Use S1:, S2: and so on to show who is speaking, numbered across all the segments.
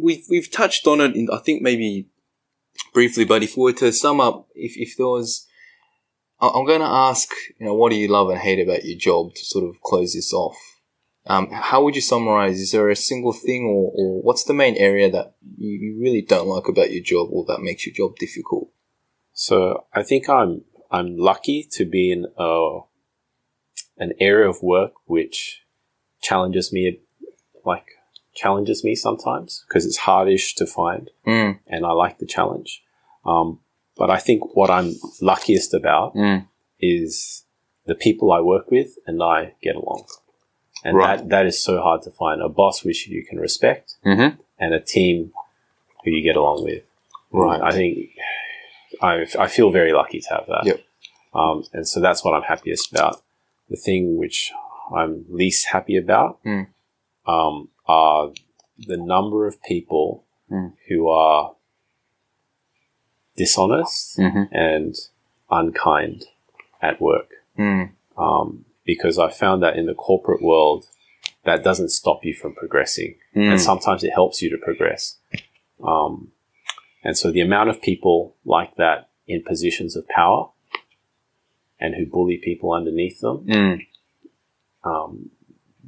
S1: we've we've touched on it in I think maybe briefly, but if we were to sum up, if if there was, I- I'm going to ask, you know, what do you love and hate about your job to sort of close this off? Um, how would you summarize? Is there a single thing, or, or what's the main area that you, you really don't like about your job, or that makes your job difficult?
S2: So I think I'm I'm lucky to be in a an area of work which challenges me, like challenges me sometimes because it's hardish to find,
S1: Mm,
S2: and I like the challenge. Um, but I think what I'm luckiest about
S1: mm,
S2: is the people I work with and I get along, and
S1: Right.
S2: that that is so hard to find. A boss which you can respect
S1: mm-hmm.
S2: and a team who you get along with.
S1: Right.
S2: I think I, I feel very lucky to have that.
S1: Yep.
S2: Um, and so that's what I'm happiest about. The thing which I'm least happy about
S1: Mm.
S2: um, are the number of people
S1: Mm.
S2: who are dishonest
S1: Mm-hmm.
S2: and unkind at work.
S1: Mm,
S2: Um, because I found that in the corporate world, that doesn't stop you from progressing and
S1: mm,
S2: sometimes it helps you to progress. Um, and so the amount of people like that in positions of power and who bully people underneath them,
S1: mm,
S2: um,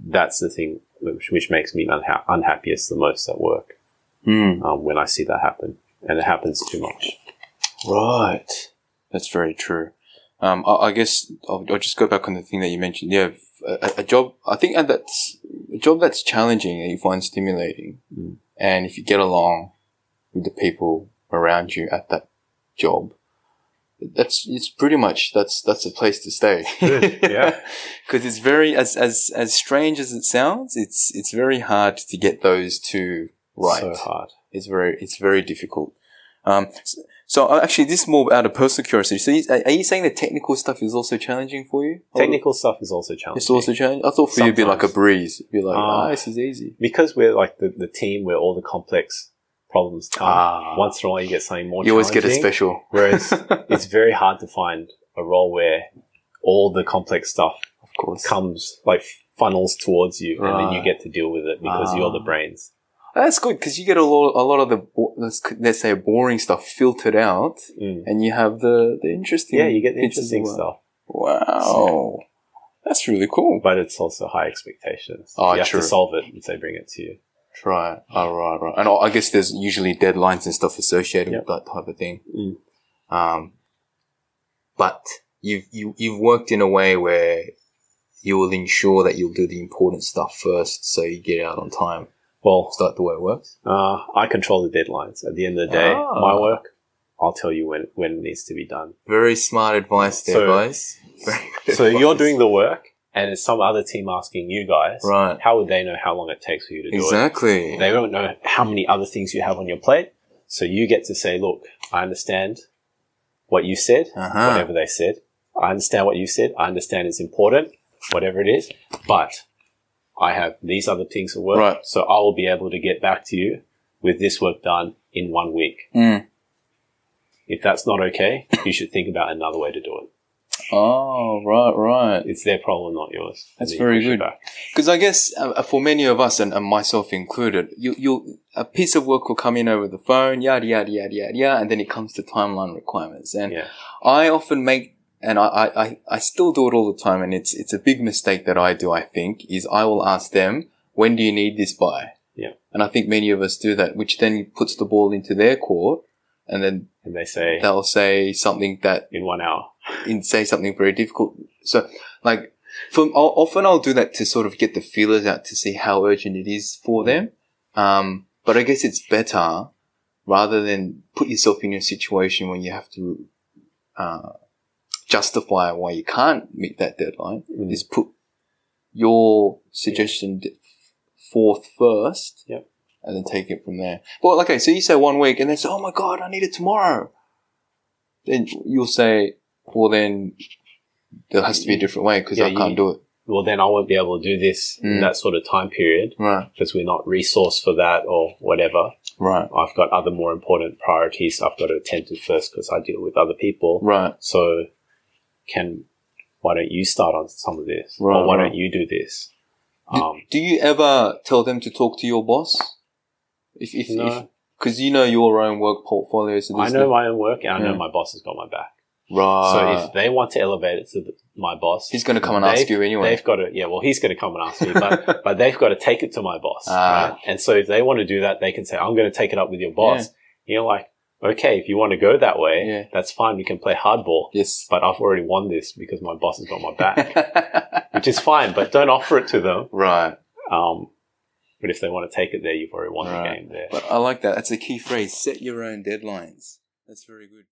S2: that's the thing which, which makes me unha- unhappiest the most at work
S1: mm.
S2: um, when I see that happen. And it happens too much.
S1: Right. That's very true. Um, I, I guess I'll, I'll just go back on the thing that you mentioned. Yeah, a, a- a job. I think that that's a job that's challenging and you find stimulating,
S2: Mm.
S1: and if you get along with the people around you at that job, that's it's pretty much that's that's a place to stay.
S2: yeah.
S1: because it's very as as as strange as it sounds, it's it's very hard to get those two right.
S2: So hard.
S1: It's very it's very difficult. Um, so, so uh, actually, this is more out of personal curiosity. So, you, are are you saying the technical stuff is also challenging for you? Or
S2: Technical stuff is also challenging.
S1: It's also challenging. I thought for you it'd be like a
S2: Sometimes.
S1: breeze. It'd be like, ah,
S2: Ah.
S1: this is easy.
S2: because we're like the, the team where all the complex problems come.
S1: Ah.
S2: Once in a while, you get something more
S1: You always get a
S2: challenging.
S1: special.
S2: Whereas it's very hard to find a role where all the complex stuff
S1: Of course,
S2: comes like funnels towards you, and then you
S1: Right.
S2: get to deal with it because
S1: Ah.
S2: you're the brains.
S1: that's good because you get a lot, a lot of the bo- let's, let's say boring stuff filtered out,
S2: Mm.
S1: and you have the the interesting.
S2: Yeah, you get the
S1: bits as
S2: interesting
S1: well.
S2: stuff,
S1: Wow, that's really cool.
S2: but it's also high expectations.
S1: Ah,
S2: you have
S1: true.
S2: to solve it if they bring it to you.
S1: Right. Oh, right, right. And I I guess there's usually deadlines and stuff associated
S2: Yep.
S1: with that type of thing.
S2: Mm.
S1: Um, but you've you, you've worked in a way where you will ensure that you'll do the important stuff first, so you get out on time.
S2: Well,
S1: Is that the way it works?
S2: uh, I control the deadlines. At the end of the day,
S1: Ah.
S2: my work, I'll tell you when when it needs to be done.
S1: Very smart advice there,
S2: So-
S1: guys. Very good
S2: So
S1: advice.
S2: you're doing the work, and it's some other team asking you guys.
S1: Right.
S2: How would they know how long it takes for you to do it?
S1: exactly.
S2: They don't know how many other things you have on your plate. So you get to say, look, I understand what you said,
S1: Uh-huh.
S2: whatever they said. I understand what you said. I understand it's important, whatever it is. But I have these other things at work.
S1: Right.
S2: So I will be able to get back to you with this work done in one week.
S1: Mm.
S2: If that's not okay, you should think about another way to do it.
S1: Oh, right, right.
S2: It's their problem, not yours. And
S1: That's
S2: then you
S1: very
S2: push it
S1: good.
S2: back.
S1: Because I guess uh, for many of us, and, and myself included, you, you a piece of work will come in over the phone, yada yada yada yada, yada and then it comes to timeline requirements. And
S2: Yeah.
S1: I often make, and I, I, I- I still do it all the time, and it's it's a big mistake that I do. I think is I will ask them, when do you need this by?
S2: Yeah.
S1: And I think many of us do that, which then puts the ball into their court, and then
S2: And they say
S1: they'll say something that
S2: in one hour.
S1: in say something very difficult. So, like, for I'll, often I'll do that to sort of get the feelers out to see how urgent it is for
S2: Mm.
S1: them. Um, but I guess it's better rather than put yourself in a situation when you have to uh, justify why you can't meet that deadline.
S2: Mm.
S1: Is put your suggestion d- forth first.
S2: Yep.
S1: And then take it from there. Well, okay, so you say one week and they say, oh my God, I need it tomorrow. Then you'll say, well then there has to be a different way because
S2: Yeah,
S1: I can't
S2: you-
S1: do it.
S2: Well, then I won't be able to do this
S1: Mm.
S2: in that sort of time period.
S1: Right,
S2: because we're not resourced for that or whatever.
S1: right,
S2: I've got other more important priorities I've got to attend to first because I deal with other people.
S1: right.
S2: So, can why don't you start on some of this,
S1: Right,
S2: or why
S1: right.
S2: don't you do this?
S1: Do-
S2: Um,
S1: do you ever tell them to talk to your boss? If if
S2: No.
S1: because you know your own work portfolio, so
S2: I
S1: there's
S2: know my own work, and I know
S1: Yeah.
S2: my boss has got my back.
S1: no, right.
S2: so if they want to elevate it to the, my boss,
S1: he's going to come and ask
S2: they've-
S1: you anyway.
S2: They've got to, yeah. Well, he's going to come and ask me, but but they've got to take it to my boss,
S1: Ah.
S2: right? And so if they want to do that, they can say, "I'm going to take it up with your boss." You're like, okay, if you want to go that way,
S1: Yeah.
S2: that's fine. We can play hardball,
S1: Yes.
S2: but I've already won this because my boss has got my back, which is fine. But don't offer it to them.
S1: right.
S2: Um, but if they want to take it there, you've already won
S1: Right.
S2: the game there.
S1: But I like that. That's a key phrase. Set your own deadlines. That's very good.